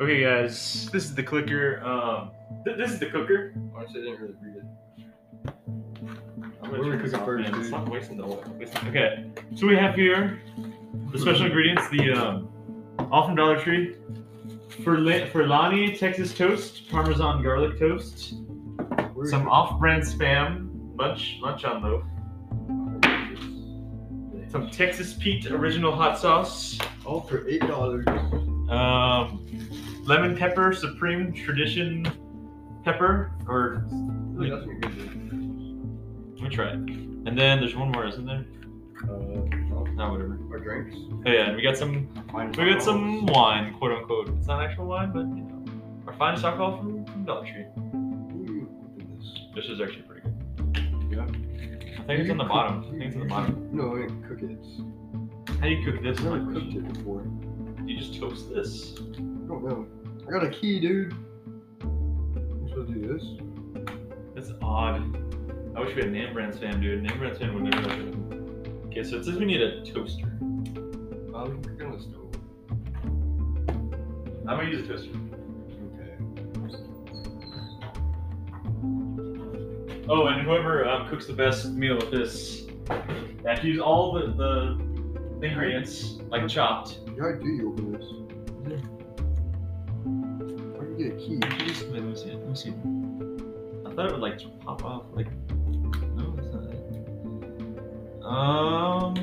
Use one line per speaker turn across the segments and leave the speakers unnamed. Okay, guys, this is the clicker. Um, th- this is the cooker.
Honestly, I didn't really read it. I'm
What do we
gonna turn this
cook
off,
first,
man. It's
dude?
not wasting the oil. It's not-
Okay, so we have here the special ingredients: the um, all from Dollar Tree, Ferla- Ferlani Texas toast, Parmesan garlic toast,
Where is
some
it?
off-brand spam, lunch lunch on loaf, some Texas Pete original hot sauce,
all for eight dollars.
um, lemon pepper supreme tradition pepper, or
Really, that's what we're gonna
let me try it. And then there's one more, isn't there?
do.
No, whatever.
Uh, Our drinks.
Oh yeah, and we got some We got some wine, quote unquote. It's not actual wine, but you know, our finest alcohol from, from Dollar Tree. This is actually pretty good.
Yeah.
I think it's on the bottom. I think it's on the bottom.
No, I didn't cook it.
How do you cook this?
I've
is my
never cooked
question.
it before. I
You just toast this.
don't know. I got a key, dude. I'm supposed to do this.
That's odd. I wish we had Name Brand Fan, dude. Name Brand Fan would never let you. Okay, so it says we need a toaster.
Uh, we can cook it on the stove.
I'm gonna use a toaster.
Okay.
Oh, and whoever um, cooks the best meal with this, they have to use all the, the ingredients, like chopped.
Yeah, I do you open this. Where do you get a key?
Just wait, let me see it. Let me see it. I thought it would like pop off. Like, no, it's not it. Um,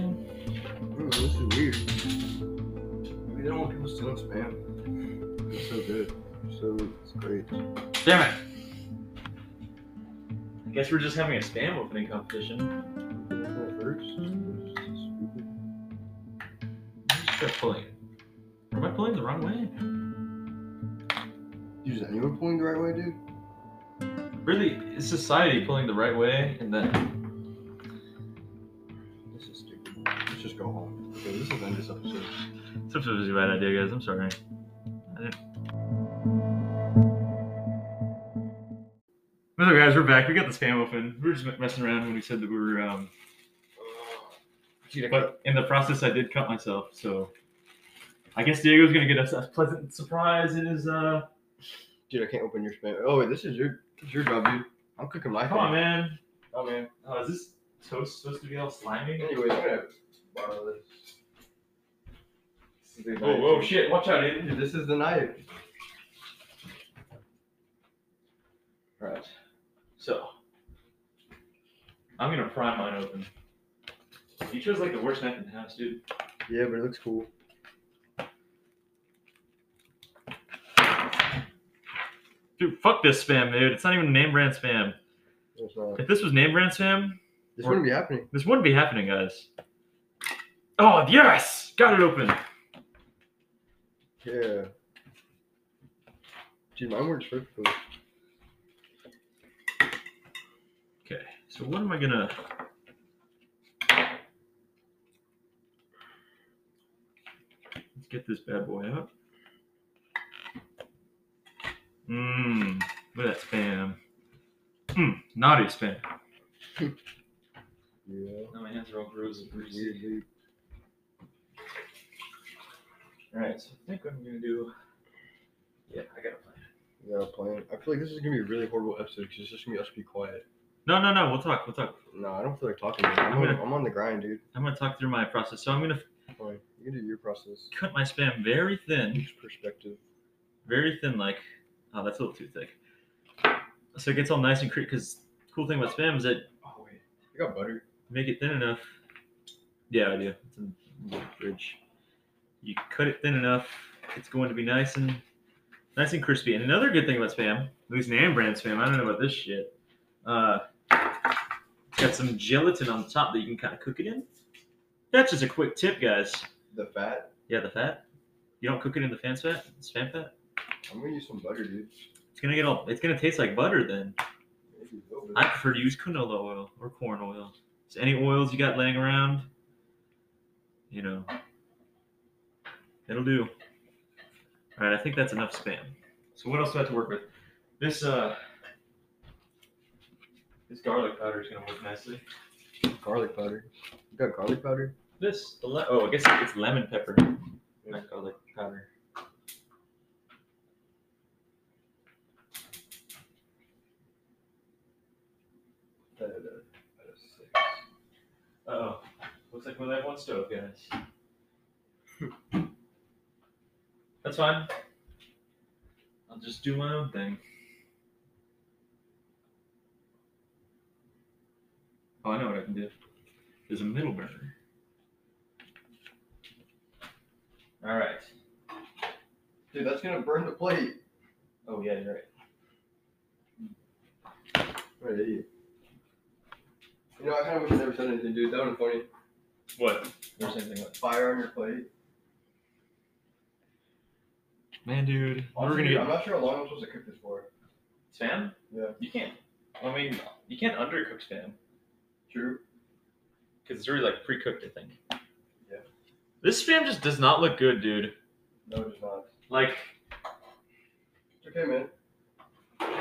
Ooh, this is weird. Maybe they don't want people stealing spam. It's so good. So it's great.
damn it. I guess we're just having a spam opening competition.
Open it first. This is stupid.
I'm just try pulling it. Am I pulling it the wrong way?
Dude, Is anyone pulling the right way, dude?
Really, is society pulling the right way? And then,
This is stupid. Let's just go home. Okay, this is end this episode.
this was a bad idea, guys. I'm sorry. What's up, guys? We're back. We got the spam open. We were just messing around when we said that we were um,
Dude, I
But in the process, I did cut myself, so I guess Diego's gonna get us a pleasant surprise in his. Uh,
Dude, I can't open your spam. Oh wait, this is your this is your job, dude. I'm cooking my
come on, man.
Oh man.
Oh, is this toast supposed to be all slimy?
Anyways, I'm gonna borrow this. This is the
Whoa,
knife.
whoa, shit! Watch out, Aiden.
Dude, this is the knife. Right.
So, I'm gonna pry mine open. You chose like the worst knife in the house, dude.
Yeah, but it looks cool.
Dude, fuck this spam, dude. It's not even name brand spam.
It's not.
If this was name brand spam,
This wouldn't be happening.
this wouldn't be happening, guys. Oh yes, got it open.
Yeah. Dude, mine works perfectly.
Okay, so what am I gonna? Let's get this bad boy out. Mmm, look at that spam. Mmm, naughty spam.
Yeah.
Now my hands are all gross and greasy.
Weirdly.
Alright, so I think what I'm gonna do. Yeah, I got a plan.
Yeah, plan. I feel like this is gonna be a really horrible episode because it's just gonna be us be quiet.
No, no, no, we'll talk, we'll talk.
No, I don't feel like talking. Man. I'm, on, I'm on the grind, dude.
I'm gonna talk through my process. So I'm gonna
Fine. You can do your process.
cut my spam very thin.
Each perspective.
very thin like oh that's a little too thick so it gets all nice and creamy because cool thing about spam is that
Oh wait, you got butter.
make it thin enough yeah i do it's in the fridge you cut it thin enough it's going to be nice and nice and crispy and another good thing about spam at least name brand spam i don't know about this shit uh it's got some gelatin on the top that you can kind of cook it in that's just a quick tip guys
The fat.
yeah the fat you don't cook it in the fan fat spam fat
I'm gonna use some butter, dude.
it's gonna get all it's gonna taste like butter then
Maybe a little bit.
I prefer to use canola oil or corn oil. So any oils you got laying around, you know, it'll do. All right, I think that's enough spam. So what else do I have to work with? This uh, this garlic powder is gonna work nicely.
Garlic powder. You got garlic powder?
This the le- oh, I guess it's lemon pepper, not garlic powder. Oh, looks like we only have one stove, guys. That's fine. I'll just do my own thing. Oh, I know what I can do. There's a middle burner. All right.
Dude, that's gonna burn the plate.
Oh yeah, you're right.
What an idiot. You know, I kind of wish I never said anything, dude. That would have funny.
What?
Never said anything like fire on your plate.
Man, dude, we're
Also,
gonna
dude, I'm
get
not sure how long I'm supposed to cook this for.
spam.
Yeah.
You can't. I mean, you can't undercook spam
True.
because it's already like pre-cooked. I think.
Yeah.
This spam just does not look good, dude.
No, it's not.
Like,
It's okay, man.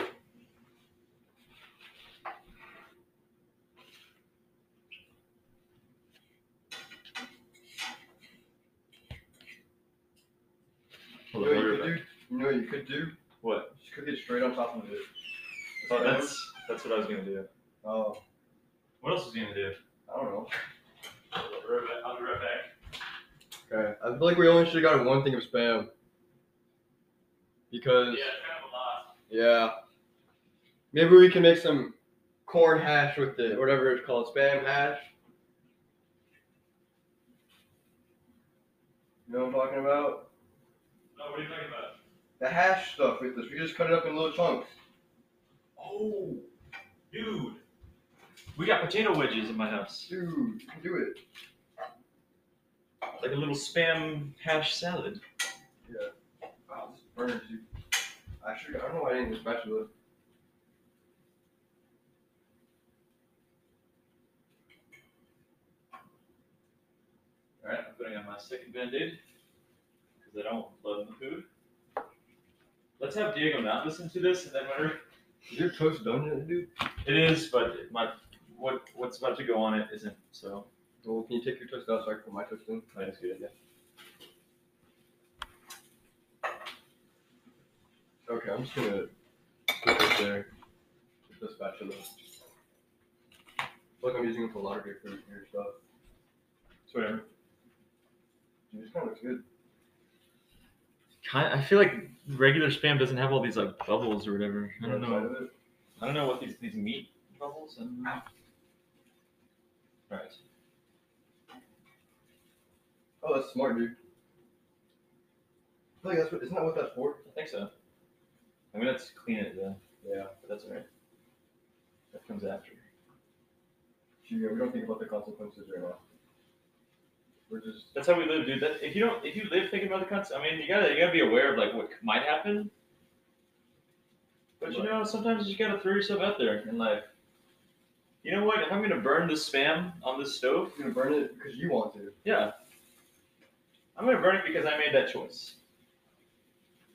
You know what you could do? You know what you could do?
What?
Just cook it straight on top of it.
Oh, that's that's what I was gonna do.
Oh,
What else was he gonna do?
I don't know.
I'll be right back.
Okay. I feel like we only should have gotten one thing of spam.
kind
Because
of a lot.
Yeah. Maybe we can make some corn hash with it, whatever it's called, spam hash. You know what I'm talking about?
No, what are you talking about?
The hash stuff with this. We just cut it up in little chunks.
Oh, dude, we got potato wedges in my house.
Dude, do it.
Like a little spam hash salad.
Yeah. Wow, this burns, dude. I should. I don't know why I didn't get a spatula.
All right, I'm putting on my second band-aid because I don't love the food. Let's have Diego not listen to this, and then whenever
Is your toast done yet, dude?
it is, but my what what's about to go on it isn't. So
Well, can you take your toast out so I can put my toast in?
that's a good idea.
Okay, I'm just gonna put this there with the spatula. Look, I'm using it for a lot of different weird stuff.
It's whatever.
Dude, this kind of looks good.
Kind I feel like regular spam doesn't have all these like bubbles or whatever. I don't know.
Outside of it.
I don't know what these these meat bubbles and. All right.
Oh, that's smart, dude. I feel like that's what, isn't that what that's for?
I think so. I mean, let's clean it though,
Yeah.
but that's alright. That comes after.
Gee, yeah, we don't think about the consequences right now. We're just,
That's how we live, dude. That, if you don't, if you live thinking about the cuts, I mean, you gotta, you gotta be aware of like what might happen. But you
Right.
know, sometimes you gotta throw yourself out there in life. You know what? If I'm gonna burn this spam on this stove,
you're gonna burn it because you want to.
yeah, I'm gonna burn it because I made that choice.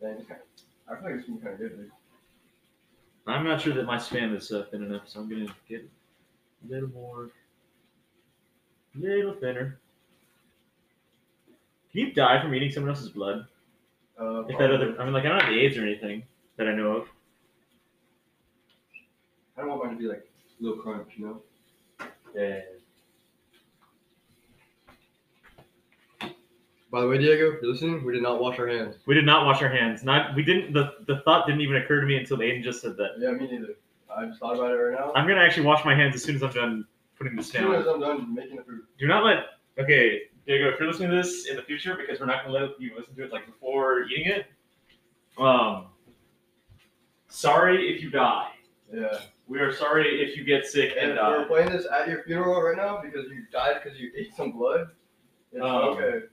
Dang, it's kind of, I feel like it's kind of good, dude.
I'm not sure that my spam is uh, thin enough, so I'm gonna get a little more, little thinner. Can you die from eating someone else's blood?
Uh,
If that other,
probably.
I mean, like I don't have AIDS or anything that I know of.
I don't want mine to be like a little crunch, you know?
Yeah.
By the way, Diego, if you're listening, we did not wash our hands.
We did not wash our hands. Not we didn't. The, the thought didn't even occur to me until Aiden just said that.
Yeah, me neither. I just thought about it right now.
I'm gonna actually wash my hands as soon as I'm done putting this
As soon
down.
as I'm done making the food,
Do not let. Okay, Diego, if you're listening to this in the future, because we're not gonna let you listen to it like before eating it. Um. Sorry if you die.
yeah.
We are sorry if you get sick
And
and
uh,
uh,
if we're
die.
playing this at your funeral right now because you died because you ate some blood. It's
Um,
okay.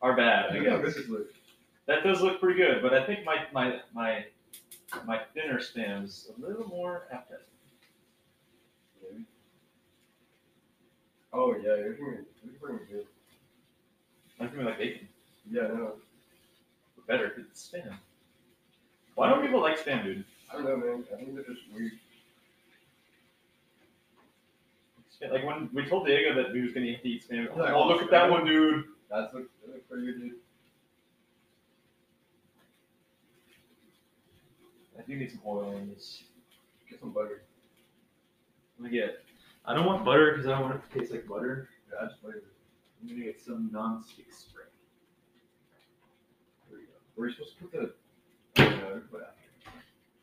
Are bad. I
Look how
guess.
good this looks.
That does look pretty good, but I think my my my my thinner spam's a little more appetizing.
Oh yeah, you're doing you're doing good.
I'm feeling like bacon.
Yeah, no,
better because it's spam. Why don't people like spam, dude?
I don't know, man. I think they're just weird.
Spam- Like when we told Diego that we was gonna have to eat spam.
Yeah,
oh, look at that one, dude.
That's look, that looks pretty good, dude.
I do need some oil in this.
Get some butter.
Let me get. I don't want butter because I don't want it to taste like butter.
Yeah, I just played it.
I'm gonna get some non-stick spray.
There you go. Were you supposed to put the, I don't know, but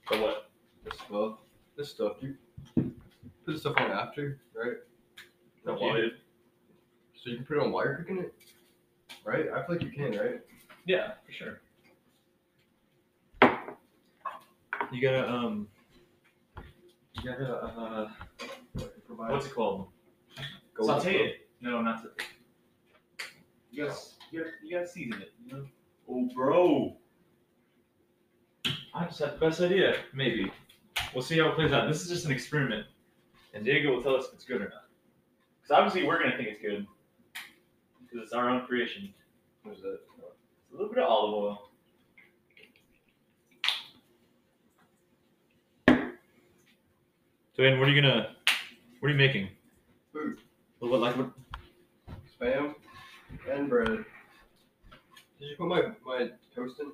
But what?
this stuff, this stuff, you put this stuff on after, right?
That
You-
wide?
So you can put it on while you're cooking it, right? I feel like you can, right?
Yeah, for sure. You gotta um. You gotta uh.
Provide-
What's it called?
Go with
Saute
the-
it. No, not saute. You gotta, you gotta, you gotta season it. You know. Oh, bro. I just had the best idea. Maybe. We'll see how it plays out. This is just an experiment, and Diego will tell us if it's good or not. Because obviously we're gonna think it's good, because it's our own creation.
What is that?
A little bit of olive oil. Dwayne, what are you gonna? What are you making?
Food.
Well, what, like what?
uh, Spam and bread. Did you put my, my toast in?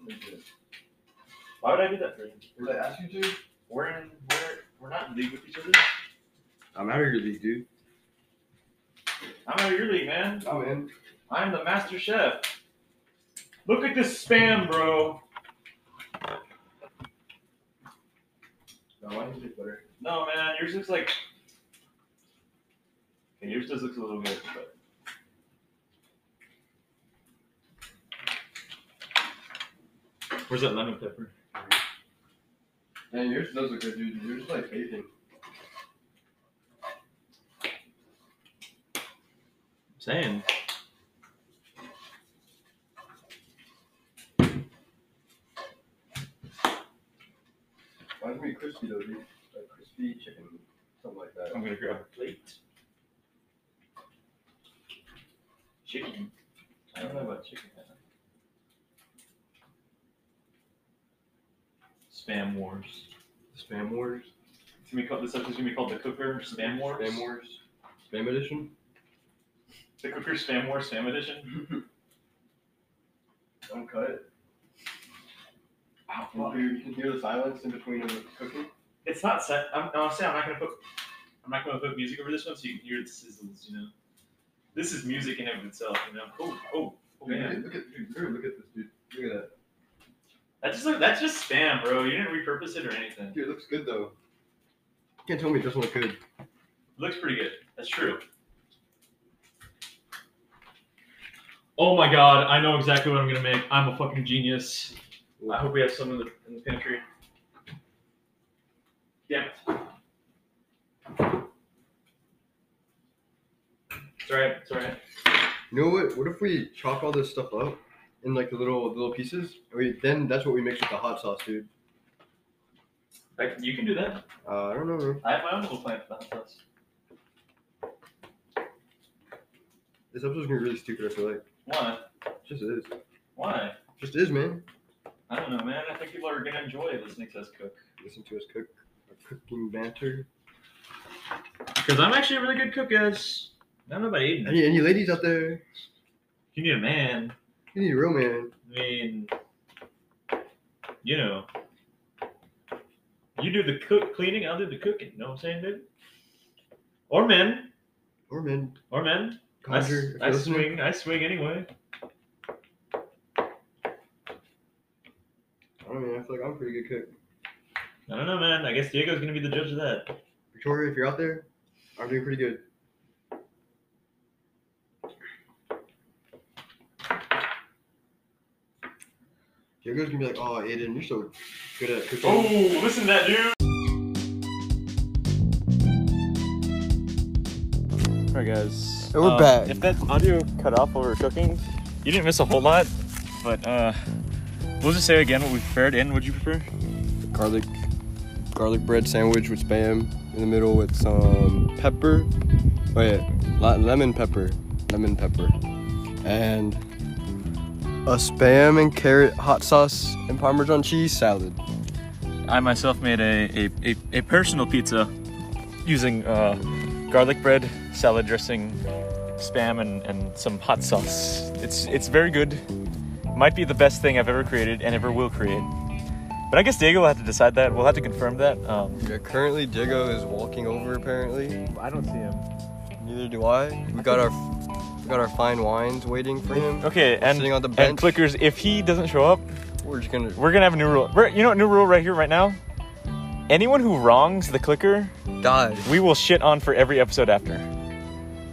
Why would I do that for you?
Did I ask you to?
We're in. We're we're not in league with each other.
I'm out of your league, dude.
I'm out of your league, man.
I'm in.
I'm the master chef. Look at this spam, bro.
No, mine is better.
No, man, yours looks like. Okay, yours does look a little good, but. Where's that lemon pepper?
Man, yours does look good, dude. Yours is like bathing.
saying.
Mine's gonna be crispy though, dude. Like crispy chicken, something like that.
I'm gonna grab a plate. Chicken. I don't know about chicken. man. Spam wars.
Spam Wars.
It's gonna be called. This episode's gonna be called the Cooker Spam Wars.
Spam Wars. Spam Edition.
The Cooker Spam Wars Spam Edition.
Uncut. Wow, dude, you can hear the silence in between the cooking.
It's not set. I'm, no, I'm saying I'm not gonna put. I'm not gonna put music over this one, so you can hear the sizzles. You know, this is music in and of itself. You know. Oh, oh, oh,
Dude,
man.
Look at dude, dude, look at this dude. Look at
That's just like that's just spam, bro. You didn't repurpose it or anything.
that. Dude, it looks good though. You can't tell me it doesn't look good.
Looks pretty good. That's true. Oh my god, I know exactly what I'm gonna make. I'm a fucking genius. I hope we have some in the, in the pantry. Damn it. It's alright, it's alright.
You know what? What if we chop all this stuff up in like the little little pieces? And we, then that's what we mix with the hot sauce, dude.
Like, you can do that.
Uh, I don't know. man.
I have my own little plan for the hot sauce.
This episode's gonna be really stupid. I feel like
Why?
It just is.
Why?
Just is, man.
I don't know, man. I think people are gonna enjoy listening to us cook.
Listen to us cook. Our cooking banter.
Because I'm actually a really good cook, guys. I don't know about Aiden.
Any any ladies out there?
You need a man.
You need a real man.
I mean, you know, you do the cook cleaning, I'll do the cooking. You know what I'm saying, dude? Or men,
Or men.
or men. I, s-
Conjure. if
I
you're listening.
swing. I swing anyway.
I don't know, man. I feel like I'm a pretty good cook.
I don't know, man. I guess Diego's gonna be the judge of that.
Victoria, if you're out there, I'm doing pretty good. Diego's gonna be like, oh, Aiden, you're so good at cooking.
Oh, listen to that, dude. All right, guys. Um,
And we're back.
If that audio cut off while we were cooking, you didn't miss a whole lot. But uh, we'll just say again what we prepared and what you prefer.
Garlic, garlic bread sandwich with spam in the middle with some pepper. Oh yeah, le- lemon pepper, lemon pepper, and a spam and carrot hot sauce and Parmesan cheese salad.
I myself made a, a, a, a personal pizza using uh, garlic bread, salad dressing, spam, and, and some hot sauce. It's, it's very good. Might be the best thing I've ever created and ever will create. But I guess Diego will have to decide that. We'll have to confirm that. Um,
Yeah, currently Diego is walking over apparently.
I don't see him.
Neither do I. We got our we got our fine wines waiting for him.
Okay, and
Sitting on the
and
bench.
clickers. If he doesn't show up,
We're just gonna
we're gonna have a new rule. We're, you know what? New rule right here, right now. Anyone who wrongs the clicker,
die.
we will shit on for every episode after.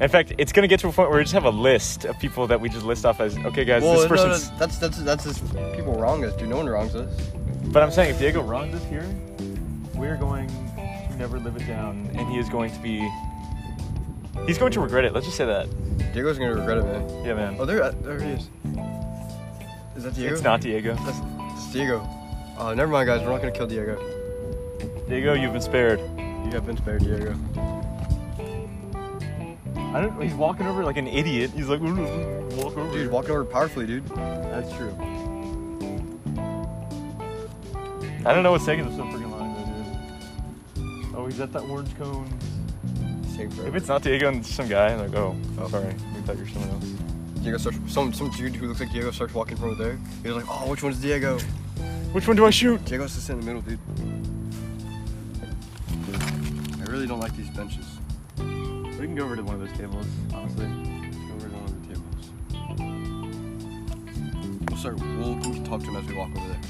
In fact, it's gonna get to a point where we just have a list of people that we just list off as okay, guys.
Well,
this
no, no,
person's.
that's that's that's just people wrong us, dude. No one wrongs us.
But I'm saying if Diego wrongs us here, we're going to never live it down, and he is going to be. He's going to regret it. Let's just say that.
Diego's gonna regret it, man.
Yeah, man.
Oh, there, there he is. Is that Diego?
It's not Diego.
That's, that's Diego. Oh, never mind, guys. We're not gonna kill Diego.
Diego, you've been spared.
You have been spared, Diego.
I don't. He's walking over like an idiot. He's like, walk over.
Dude, walking over powerfully, dude.
That's true. I don't know what's taking us so freaking long, though, dude. Oh, he's at that orange cone.
Take forever.
If it's not Diego and it's some guy, like, oh,
Oh.
sorry, we thought you were someone else.
Diego starts some some dude who looks like Diego starts walking from over there. He's like, oh, which one's Diego?
Which one do I shoot?
Diego's just in the middle, dude. I really don't like these benches.
We can go over to one of those tables, honestly.
Over one of the tables. We'll start. We'll, we'll talk to him as we walk over there.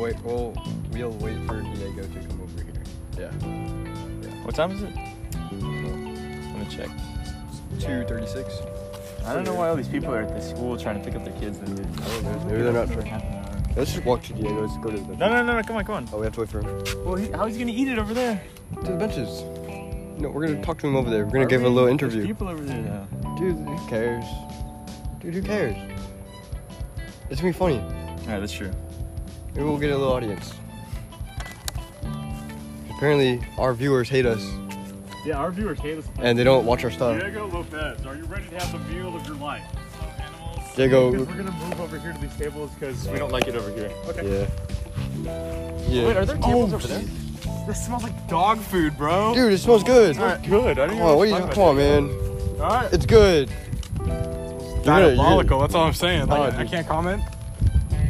Wait. We'll we'll wait for Diego to come over here. Yeah.
What time is it? I'm gonna check.
Two thirty-six.
I don't know why all these people are at the school trying to pick up their kids. and they're-
Maybe they're not
Half
sure.
an hour.
Let's just walk to Diego. Let's go to the benches.
No, no, no, no, come on, come on.
Oh, we have to wait for him.
Well, he, how he's gonna eat it over there?
To the benches. No, we're gonna talk to him over there. We're gonna
Are
give
we?
a little
There's
interview.
people over there now.
Dude, who cares? Dude, who cares? It's gonna be funny.
Alright, that's true.
Maybe we'll get a little audience. Apparently, our viewers hate us
Yeah, our viewers hate us.
and they don't watch our
Uh,
stuff.
Diego Lopez, are you ready to have the meal of your life?
Diego,
Because we're gonna move over here to these tables because we don't like it over here.
yeah, yeah. Oh,
Wait, are there tables over there?
This smells like dog food, bro.
Dude, it smells good.
good. I
Come on, what are you, come on, man.
Alright.
It's good,
Diabolical. That's all I'm saying.
Nah,
Like, I
dude.
can't comment.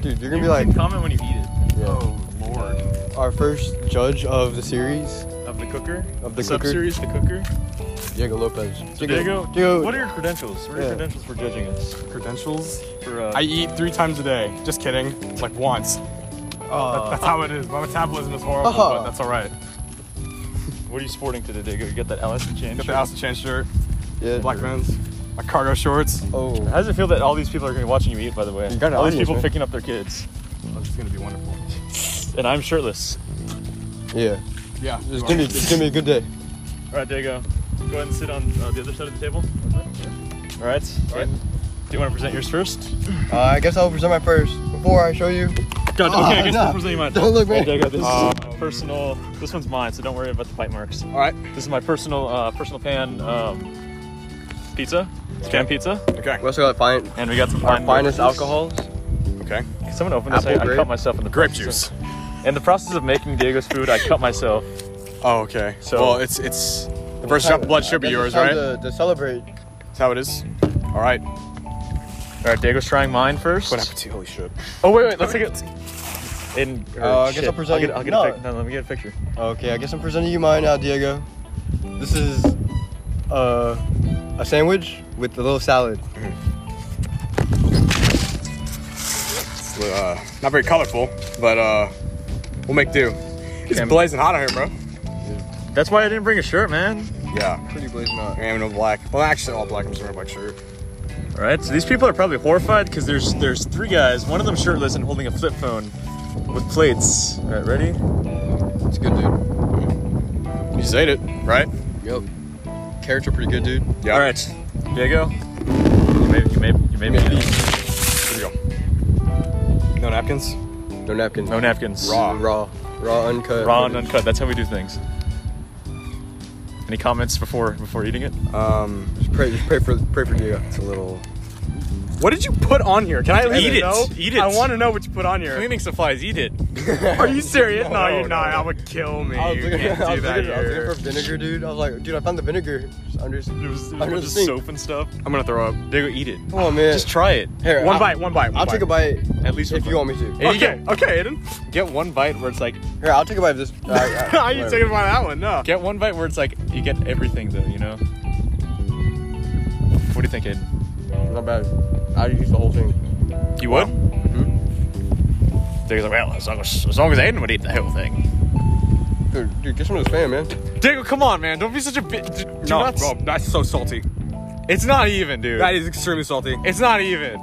dude. You're gonna be like
comment when you eat it.
yeah.
Oh, lord.
our first judge of the series
Of the cooker?
of the
Sub
cooker,
series, the cooker?
Diego Lopez.
So Diego,
Diego,
what are your credentials? What are
Yeah.
your credentials for judging us?
Credentials?
For, uh,
I eat three times a day. Just kidding. Like once. That's how it is. My metabolism is horrible,
Uh-huh.
but that's all right.
what are you sporting today, Diego? You got that Allison chain?
Got the
shirt?
Alice in Chains shirt,
yeah.
black men's, my cargo shorts.
Oh.
How does it feel that all these people are going to be watching you eat, by the way?
You got an
all these
audience,
people
man.
picking up their kids.
Oh, this is gonna be wonderful.
And I'm shirtless.
Yeah,
Yeah.
it's gonna be it's gonna be a good day.
All right, Diego. Go ahead and sit on uh, the other side of the table. All right. All right. Do you want to present yours first?
Uh, I guess I'll present my first before I show you.
God,
Ah,
okay, I guess
Oh,
nah.
I'm presenting mine.
Don't look, man. Uh,
All right, Diego, this
Um,
is personal. This one's mine, so don't worry about the bite marks.
All right.
This is my personal, uh, personal pan um, pizza. It's pan pizza,
Okay.
We also got fine,
and we got some
our
fine
finest
beverages.
alcohols.
Okay.
Someone opened this. I,
Apple
I
grape?
cut myself in the
Grape
process
juice.
of- in the process of making Diego's food, I cut myself.
Oh, okay.
So-
well, it's it's the first shot of blood should be
I guess
yours,
it's time
right?
To, to celebrate.
That's how it is. All right.
All right, Diego's trying mine first.
What happened to holy shit?
Oh wait, wait, let's take it. In. or
Uh, I guess
shit.
I'll present
I'll get,
you-
I'll get
no.
a pic- no, let me get a picture.
Okay, I guess I'm presenting you mine now, Diego. This is uh, a sandwich with a little salad.
It's uh, not very colorful, but uh, we'll make do. It's
Okay.
blazing hot out here, bro.
That's why I didn't bring a shirt, man.
Yeah.
Pretty blazing hot.
I am no black. Well, actually, all black. I'm just wearing a black shirt.
All right, so these people are probably horrified because there's there's three guys, one of them shirtless and holding a flip phone with plates. All right, ready?
It's good, dude.
You just ate it, right?
Yep. Carrots are pretty good, dude.
Yeah.
All right, Diego. You may, you may, you may
Maybe.
be
Here we go. No napkins.
No napkins.
no napkins.
Raw.
Raw. Raw uncut.
raw and uncut. That's how we do things. Any comments before before eating it?
Um,
Just pray, just pray for, pray for Diego.
it's a little What did you put on here? Can I at least
Eat it.
know?
Eat it.
I want to know what you put on here.
Cleaning supplies, eat it.
Are you serious? No,
No,
you're
no,
not.
no.
That would kill me.
I was,
You
looking,
can't
I, was
do that
looking, I was looking
here.
for vinegar, dude. I was like, dude, I found the vinegar. Just under.
It was, it was
Under
a bunch
the
of
sink.
soap and stuff.
I'm gonna throw up.
Diego, eat it.
Come on, man.
Just try it.
Here,
One
I'll-
bite. One bite. One
I'll take a bite
At least
if
one
you want me to.
Hey, you
Okay. Okay, Aiden.
Get one bite where it's like,
Here, I'll take a bite of this. I- I-
How you
whatever.
taking by that one? No.
get one bite where it's like, you get everything though, you know? What do you think, Ed?
Not bad. I'd eat the whole thing.
You would?
Diego's like, well, as long as, as long as Aiden would eat the whole thing.
Dude, dude, get some of this spam, man.
Diego, come on, man. Don't be such a bitch. Do do
No,
not s-
bro,
that's so salty.
It's not even, dude.
That is extremely salty.
it's not even.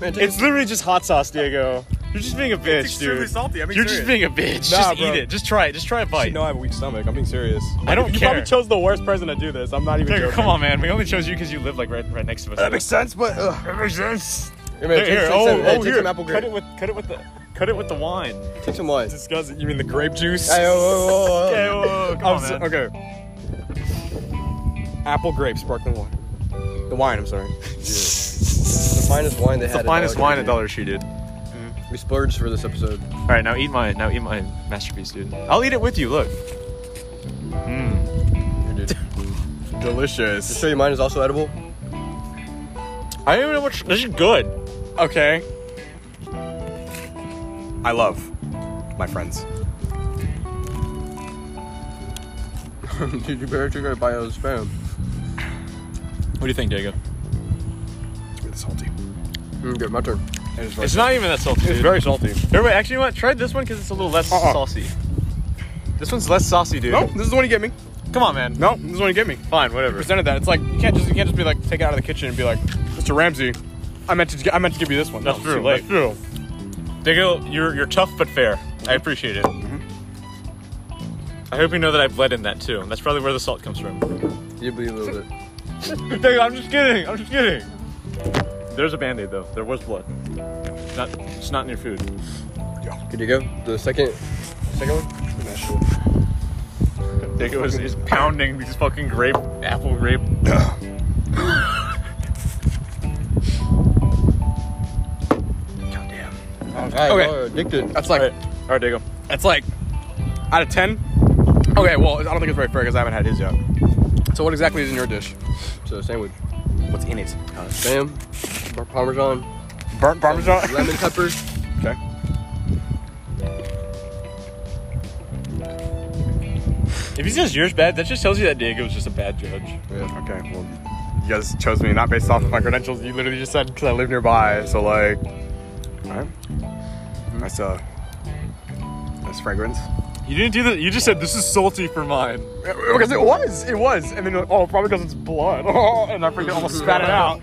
Man, take
It's literally just hot sauce, Diego. You're just being a bitch,
extremely
dude.
salty. I mean,
You're just being a bitch.
Nah,
just
bro.
eat it. Just try it. Just try a bite.
I have a weak stomach. I'm being serious.
I don't
You
care.
probably chose the worst person to do this. I'm not even.
Diego,
joking.
come on, man. We only chose you because you live like right, right next to us.
sense, but ugh, that makes sense.
Hey, man, take,
here,
take
oh,
some, hey,
oh,
take
here.
some apple
cut it
grape.
with, cut it with the, cut it with the wine.
Take some wine.
Disgusting. You mean the grape juice?
Hey, oh, oh,
Okay,
oh,
whoa, whoa, whoa, come
I'm
on,
s-
man.
okay. Apple grape sparkling water. The wine. I'm sorry.
The finest wine they
It's
had.
the finest
Dollar
wine
Tree,
at Dollar Tree, dude. All
dude. We splurged for this episode.
right, now eat my, now eat my masterpiece, dude. I'll eat it with you. Look. Mm.
Here, dude. Just
Delicious.
show you mine is also edible.
I don't even know what. This is good.
Okay. I love my friends.
dude, you better take a bite of the spam.
What do you think, Diego?
It's salty.
Mm, good, my turn.
It is very
It's not even that salty.
It's
dude.
very salty.
Everybody, actually, you know what? Try this one because it's a little less
Uh-uh.
saucy. This one's less saucy, dude.
Nope. This is the one you get me.
Come on, man.
Nope. This is the one you get me.
Fine, whatever.
Presented that. It's like you can't just you can't just be like take it out of the kitchen and be like, Mr. Ramsey, I meant to I meant to give you this one. No,
That's
it's
true,
too late.
that's true. Mm-hmm. Diego, you're you're tough but fair. I appreciate it. I hope you know that I bled in that too. That's probably where the salt comes from.
You bleed a little bit.
Diego, I'm just kidding. I'm just kidding. There's a band-aid though. There was blood. Not, it's not in your food.
Good to go. The second, second one.
Diego is, is pounding these fucking grape, apple grape.
Goddamn.
Alright,
Okay.
y'all are addicted.
That's like
All right, Diego.
that's like out of ten. Okay, well I don't think it's very fair because I haven't had his yet. So what exactly is in your dish?
So sandwich,
What's in it?
Uh,
spam, par- parmesan,
Burnt parmesan.
lemon pepper.
Okay.
If he says yours bad, that just tells you that Diego was just a bad judge.
Yeah.
Okay. Well, you guys chose me not based off of my credentials. You literally just said because I live nearby. So like, all right. Nice uh, nice fragrance.
You didn't do that. You just said this is salty for mine.
Because it was, it was, and then oh, probably because it's blood, and I freaking almost spat it out.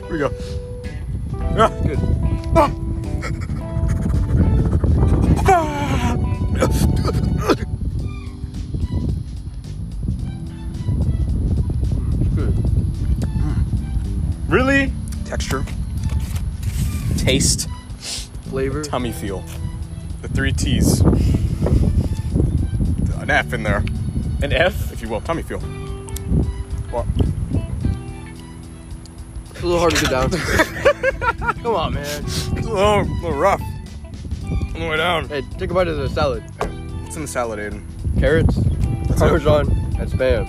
Here we go. Ah, good. Ah. Ah.
Good.
Really?
Texture, taste,
Flavor.
tummy feel, the three T's, an F in there,
An F?
if you will, tummy feel. Well,
It's a little hard to get down.
Come on, man. It's a little,
Oh,
little rough. On the way down.
hey, take a bite of the salad.
It's in the salad, Aiden.
Carrots, parmesan, and spam.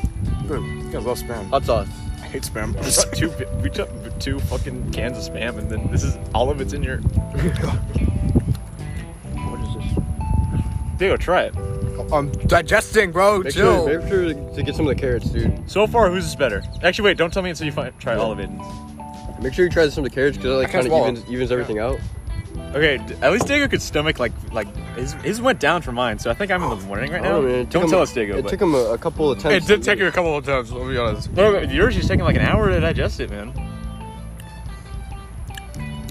Good. You guys love spam.
Hot sauce.
I hate spam.
We took two, we took two fucking cans of spam, and then this is all of it's in your.
What is this?
Diego, try it.
I'm digesting, bro.
Make sure, make sure to- to get some of the carrots, dude.
So far, whose is better? Actually, wait, don't tell me until you find, try all of it.
Make sure you try some of the carrots because it like
can't
kind of
swallow.
evens, evens everything out.
Okay, d- at least Diego could stomach like like his, his went down for mine, so I think I'm in the warning right now.
I don't know, man. Oh, It took
don't
'em-
tell us, Diego.
It
But...
took him a, a couple of
It
attempts.
did
to
take
eat
you a couple of times, let me be honest.
No, no, yours is taking like an hour to digest it, man.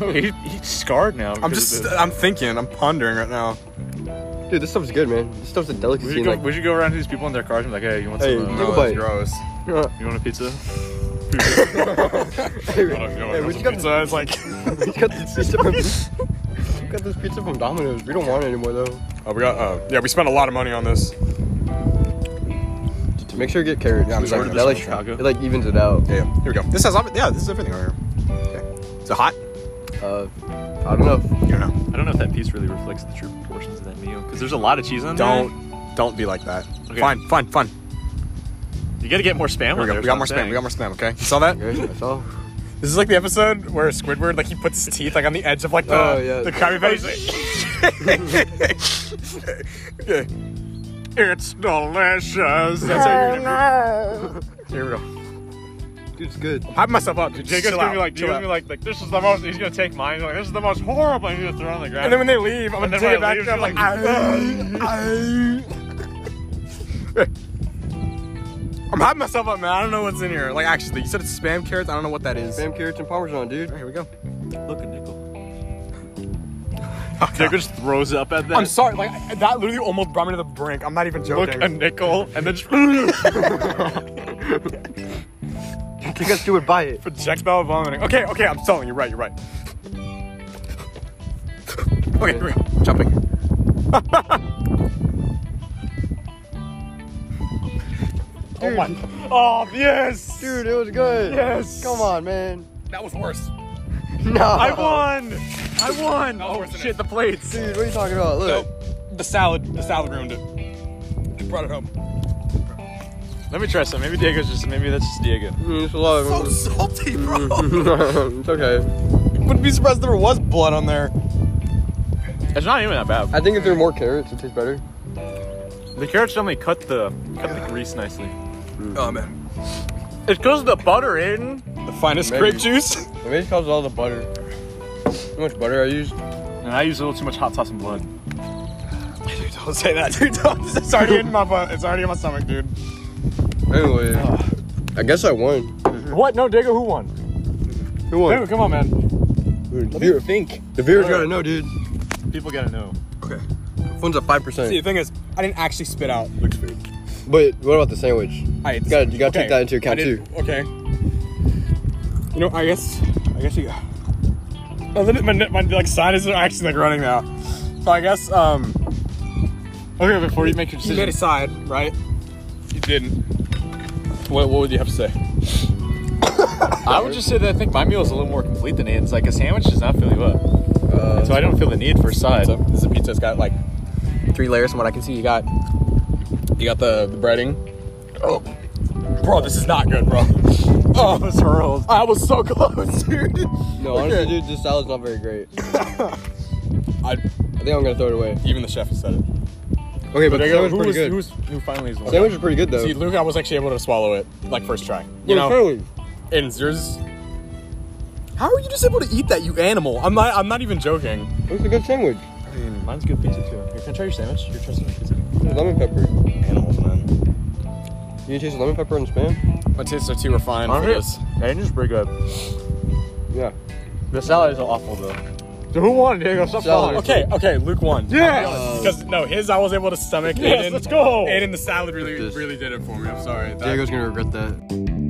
Oh, he, he's scarred now.
I'm
because of
just,
this.
I'm thinking, I'm pondering right now.
it. Dude, this stuff's good, man. This stuff's a
We
delicacy.
should, go,
like,
we should go around to these people in their cars and be like, hey, you want
Hey,
some? uh,
Take a
it's
bite.
Oh, gross.
uh,
you want a pizza? Oh,
hey, we-
You know,
hey, we
it's
just got,
a pizza, it's like.
we just got this pizza from we got this pizza from Domino's. We don't want it anymore though.
Oh, we got, uh, yeah, we spent a lot of money on this.
Dude, Make sure you get carrots.
Yeah, I'm
'cause,
sorry,
like,
this
that
is
like,
Chicago.
it like evens it out.
Yeah, yeah. Here we go. This has all- yeah. This is everything over here. Okay. Is it hot?
Uh, I don't know.
You don't know.
I don't know if that piece really reflects the true proportions of that meal because there's a lot of cheese on there.
Don't don't be like that.
Okay.
Fine, fine, fine.
You gotta get more spam.
Here we
on
go.
there,
We got more
is what
spam.
I'm
We got more spam. Okay. You saw that?
Okay, that's all.
This is like the episode where Squidward like he puts his teeth like on the edge of like the
Oh, yeah.
the Krabby Oh, Patty. Yeah. it's delicious. That's how you're gonna be. Oh, Here we go.
Dude's good.
Hype myself up.
Jacob's
Chill
gonna
out,
be like,
chill
Jacob's
out.
gonna be like, like, this is the most. He's gonna take mine. He's like, this is the most horrible. And he's gonna throw it on the ground.
And then when they leave, I'm
And
gonna
then
take it
when I
back
leave,
to I'm
you're
like, "Aye, aye." I'm hyping myself up, man. I don't know what's in here. Like, actually, you said it's spam carrots. I don't know what that is.
Spam carrots and parmesan, dude.
Alright, here we go.
saying. Look a nickel.
Oh, God.
Jacob just throws up at that.
I'm sorry. Like, that literally almost brought me to the brink. I'm not even
Look
joking.
a nickel, and then just
You guys do it by it.
projectile vomiting. Okay, okay. I'm telling you. Right, you're right. Okay, here we go. Jumping.
oh my, oh yes,
Dude, it was good.
Yes.
Come on, man.
That was worse.
No.
I won, I won.
Oh shit, the plates.
Dude, what are you talking about? Look.
Nope. The salad. The salad ruined it. It brought it home.
Let me try some. Maybe Diego's just. Maybe that's just Diego.
Mm, it's a lot
So
of-
salty, bro.
it's okay.
Wouldn't be surprised if there was blood on there.
It's not even that bad.
I think if there were more carrots, it'd taste better.
The carrots definitely cut the cut the grease nicely.
Oh man.
It's because of the butter, Aiden.
The finest
Maybe.
grape juice.
It maybe causes all the butter. How much butter I used?
And I use a little too much hot sauce and blood.
Dude, don't say that, dude. Don't. It's already in my butt. It's already in my stomach, dude.
Anyway, I guess I won.
What? No, Diego, who won?
Who won?
Diego, come on, man.
Dude, the viewer-
think.
the viewers gotta know, dude.
People gotta know.
Okay.
One's at five percent.
See, the thing is, I didn't actually spit out Luke's food.
But what about the sandwich?
I ate
You gotta, you gotta
okay.
take that into account
I
too.
did- Okay. You know, I guess, I guess you. A little bit, my, my like sinuses are actually like running now. So I guess um,
Okay, before you make your
you made a
decision,
side, right? You didn't. What, what would you have to say?
I would just say that I think my meal is a little more complete than Aiden's. Like a sandwich does not fill you up,
Uh,
so I don't feel the need for a side.
So this is a pizza. It's got like three layers. From what I can see, you got you got the, the breading. Oh, bro, this is not good, bro. Oh, was hurled. I was so close, dude.
no, honestly, dude, this salad's not very great.
I,
I think I'm gonna throw it away.
even the chef said it.
Okay, but the sandwich was pretty good.
who's, who finally is the one?
Sandwich was pretty good though.
See, Luke, I was actually able to swallow it like first try. You
Yeah,
know,
fairly.
and yours. How are you just able to eat that, you animal? I'm not. I'm not even joking.
It was a good sandwich.
Mine's good pizza too. Here, can I try your sandwich? Your trusty pizza.
Lemon pepper.
Animals, man.
You taste the lemon pepper and spam?
My tastes are too refined for this.
Aiden's pretty good.
Yeah.
The salad is awful though.
So who won, Diego? Stop
Salad.
falling.
Okay, okay, Luke won.
Yes.
Because no, his I was able to stomach.
Yes,
Aiden,
let's go.
Aiden, the salad really,
This-
really did it for me. I'm sorry. That-
Diego's gonna regret that.